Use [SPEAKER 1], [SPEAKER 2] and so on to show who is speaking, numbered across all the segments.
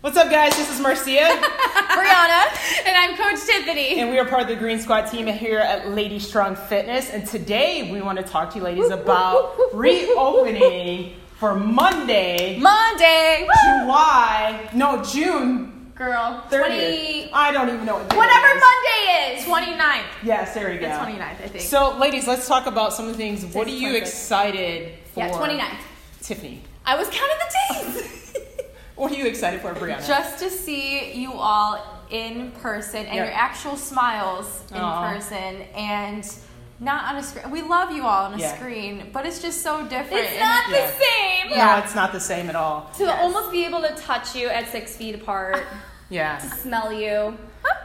[SPEAKER 1] What's up, guys? This is Marcia,
[SPEAKER 2] Brianna.
[SPEAKER 3] And I'm Coach Tiffany.
[SPEAKER 1] and we are part of the Green Squad team here at Lady Strong Fitness. And today we want to talk to you ladies about reopening for Monday,
[SPEAKER 2] Monday.
[SPEAKER 1] July, no, June
[SPEAKER 3] Girl,
[SPEAKER 1] 30th.
[SPEAKER 3] 20,
[SPEAKER 1] I don't even know what day it
[SPEAKER 3] whatever
[SPEAKER 1] is.
[SPEAKER 3] Monday is.
[SPEAKER 2] 29th.
[SPEAKER 1] Yes, there you go.
[SPEAKER 3] It's 29th, I think.
[SPEAKER 1] So, ladies, let's talk about some of the things. What are
[SPEAKER 2] is
[SPEAKER 1] you
[SPEAKER 2] 26th.
[SPEAKER 1] excited for?
[SPEAKER 3] yeah, 29th.
[SPEAKER 1] Tiffany,
[SPEAKER 3] I was counting the days.
[SPEAKER 1] what are you excited for, Brianna?
[SPEAKER 2] Just to see you all in person and
[SPEAKER 1] Yeah.
[SPEAKER 2] your actual smiles in
[SPEAKER 1] Aw.
[SPEAKER 2] person and not on a screen. We love you all on a
[SPEAKER 1] Yeah.
[SPEAKER 2] screen, but it's just so different.
[SPEAKER 3] it's not the
[SPEAKER 1] Yeah.
[SPEAKER 3] same.
[SPEAKER 1] No, it's not the same at all.
[SPEAKER 3] To almost be able to touch you at six feet apart,
[SPEAKER 1] Yeah.
[SPEAKER 3] smell you.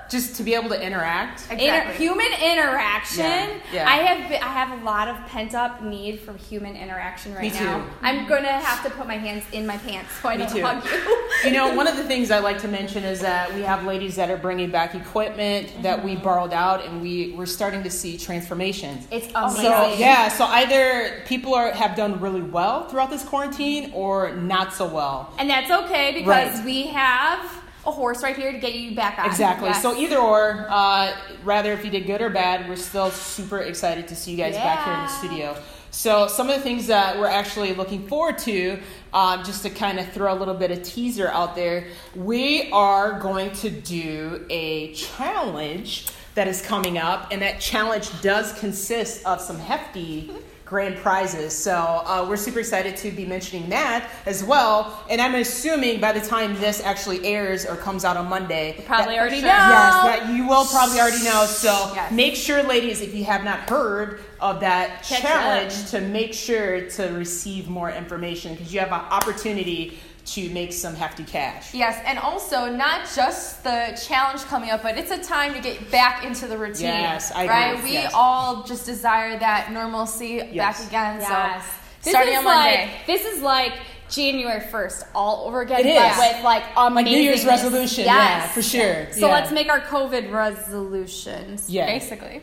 [SPEAKER 1] Just to be able to interact.
[SPEAKER 2] And-
[SPEAKER 3] Inter-
[SPEAKER 2] Exactly.
[SPEAKER 3] human interaction.
[SPEAKER 1] Yeah, yeah.
[SPEAKER 3] I have been, I have a lot of pent up need from human interaction right
[SPEAKER 1] Me too.
[SPEAKER 3] now. I'm gonna have to put my hands in my pants so I
[SPEAKER 1] Me
[SPEAKER 3] don't
[SPEAKER 1] too.
[SPEAKER 3] hug you.
[SPEAKER 1] You know, one of the things I like to mention is that we have ladies that are bringing back equipment that we borrowed out, and we we're starting to see transformations. Um,
[SPEAKER 3] it's
[SPEAKER 2] my
[SPEAKER 3] amazing.
[SPEAKER 1] So yeah, so either people are have done really well throughout this quarantine, or not so well.
[SPEAKER 3] And that's okay because
[SPEAKER 1] Right.
[SPEAKER 3] we have a horse right here to get you back on.
[SPEAKER 1] Exactly.
[SPEAKER 3] Yes.
[SPEAKER 1] So either or, uh, rather if you did good or bad, we're still super excited to see you guys back here in the
[SPEAKER 3] Yeah.
[SPEAKER 1] studio. So some of the things that we're actually looking forward to, um, just to kind of throw a little bit of teaser out there, we are going to do a challenge that is coming up, and that challenge does consist of some hefty grand prizes. So uh, we're super excited to be mentioning that as well. And I'm assuming by the time this actually airs or comes out on Monday,
[SPEAKER 3] probably
[SPEAKER 1] that-
[SPEAKER 3] already
[SPEAKER 1] Yes,
[SPEAKER 3] know.
[SPEAKER 1] that you will probably already know. So
[SPEAKER 2] Yes.
[SPEAKER 1] make sure, ladies, if you have not heard of that
[SPEAKER 3] Catch
[SPEAKER 1] challenge,
[SPEAKER 3] up.
[SPEAKER 1] to make sure to receive more information because you have an opportunity to make some hefty cash.
[SPEAKER 2] Yes, and also not just the challenge coming up, but it's a time to get back into the routine.
[SPEAKER 1] Yes, I agree,
[SPEAKER 2] right. We
[SPEAKER 1] yes.
[SPEAKER 2] all just desire that normalcy
[SPEAKER 1] Yes.
[SPEAKER 2] back again.
[SPEAKER 3] Yes.
[SPEAKER 2] So
[SPEAKER 3] This
[SPEAKER 2] starting
[SPEAKER 3] is
[SPEAKER 2] on Monday.
[SPEAKER 3] Like, this is like January 1st all over again,
[SPEAKER 1] It
[SPEAKER 3] but
[SPEAKER 1] is.
[SPEAKER 3] with like amazing.
[SPEAKER 1] Like New Year's resolution, yeah, for sure.
[SPEAKER 3] So
[SPEAKER 1] Yeah.
[SPEAKER 3] let's make our COVID resolutions.
[SPEAKER 1] Yeah.
[SPEAKER 3] Basically.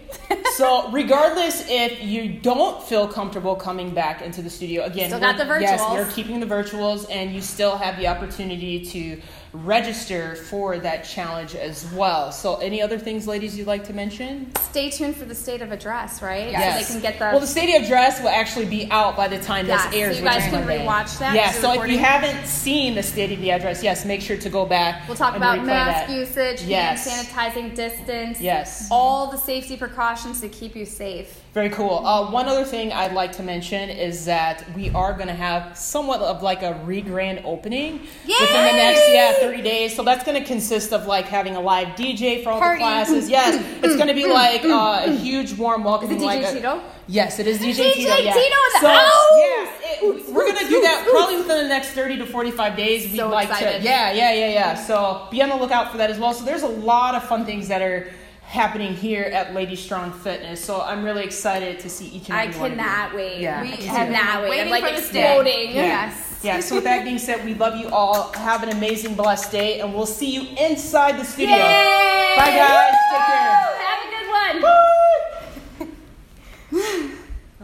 [SPEAKER 1] so regardless if you don't feel comfortable coming back into the studio again
[SPEAKER 3] Still got
[SPEAKER 1] we're-
[SPEAKER 3] the
[SPEAKER 1] yes
[SPEAKER 3] virtuals.
[SPEAKER 1] we're keeping the virtuals and you still have the opportunity to register for that challenge as well so any other things ladies you'd like to mention
[SPEAKER 3] Stay tuned for the state of address, right?
[SPEAKER 1] Yes.
[SPEAKER 3] So they can get
[SPEAKER 1] well the state of dress will actually be out by the time
[SPEAKER 3] Yes,
[SPEAKER 1] this airs
[SPEAKER 3] so you
[SPEAKER 1] which
[SPEAKER 3] guys
[SPEAKER 1] is
[SPEAKER 3] can
[SPEAKER 1] Monday.
[SPEAKER 3] rewatch that,
[SPEAKER 1] yeah
[SPEAKER 3] the
[SPEAKER 1] so if you
[SPEAKER 3] recording.
[SPEAKER 1] haven't seen the state of the address yes make sure to go back
[SPEAKER 3] We'll talk
[SPEAKER 1] and
[SPEAKER 3] about
[SPEAKER 1] replay
[SPEAKER 3] mask
[SPEAKER 1] that.
[SPEAKER 3] usage,
[SPEAKER 1] Yes.
[SPEAKER 3] hand sanitizing, distance.
[SPEAKER 1] Yes.
[SPEAKER 3] All the safety precautions to keep you safe.
[SPEAKER 1] Very cool. Uh, one other thing I'd like to mention is that we are going to have somewhat of like a re-grand opening within the next yeah 30 days. So that's going to consist of like having a live DJ for all
[SPEAKER 3] Party.
[SPEAKER 1] the
[SPEAKER 3] Mm,
[SPEAKER 1] classes. Yes, it's going to be like uh, a huge warm welcome.
[SPEAKER 3] Is it
[SPEAKER 1] like
[SPEAKER 3] DJ
[SPEAKER 1] a-
[SPEAKER 3] Tito?
[SPEAKER 1] Yes, it is DJ,
[SPEAKER 3] DJ
[SPEAKER 1] Tito. Yeah.
[SPEAKER 3] Tito in the
[SPEAKER 1] so,
[SPEAKER 3] house!
[SPEAKER 1] Yeah, it- we're going to do that probably within the next 30 to 45 days. We'd
[SPEAKER 3] So
[SPEAKER 1] like
[SPEAKER 3] excited.
[SPEAKER 1] to yeah, yeah, yeah, yeah. So be on the lookout for that as well. So there's a lot of fun things that are happening here at Lady Strong Fitness. So I'm really excited to see each and
[SPEAKER 3] I
[SPEAKER 1] every one of you.
[SPEAKER 3] cannot wait.
[SPEAKER 1] Yeah.
[SPEAKER 3] We
[SPEAKER 1] I
[SPEAKER 3] cannot wait. I'm
[SPEAKER 2] Waiting
[SPEAKER 3] like
[SPEAKER 2] for this day.
[SPEAKER 3] exploding.
[SPEAKER 1] Yeah.
[SPEAKER 3] Yes.
[SPEAKER 1] Yeah, so with that being said, we love you all. Have an amazing, blessed day, and we'll see you inside the studio.
[SPEAKER 3] Yay!
[SPEAKER 1] Bye, guys. Take care.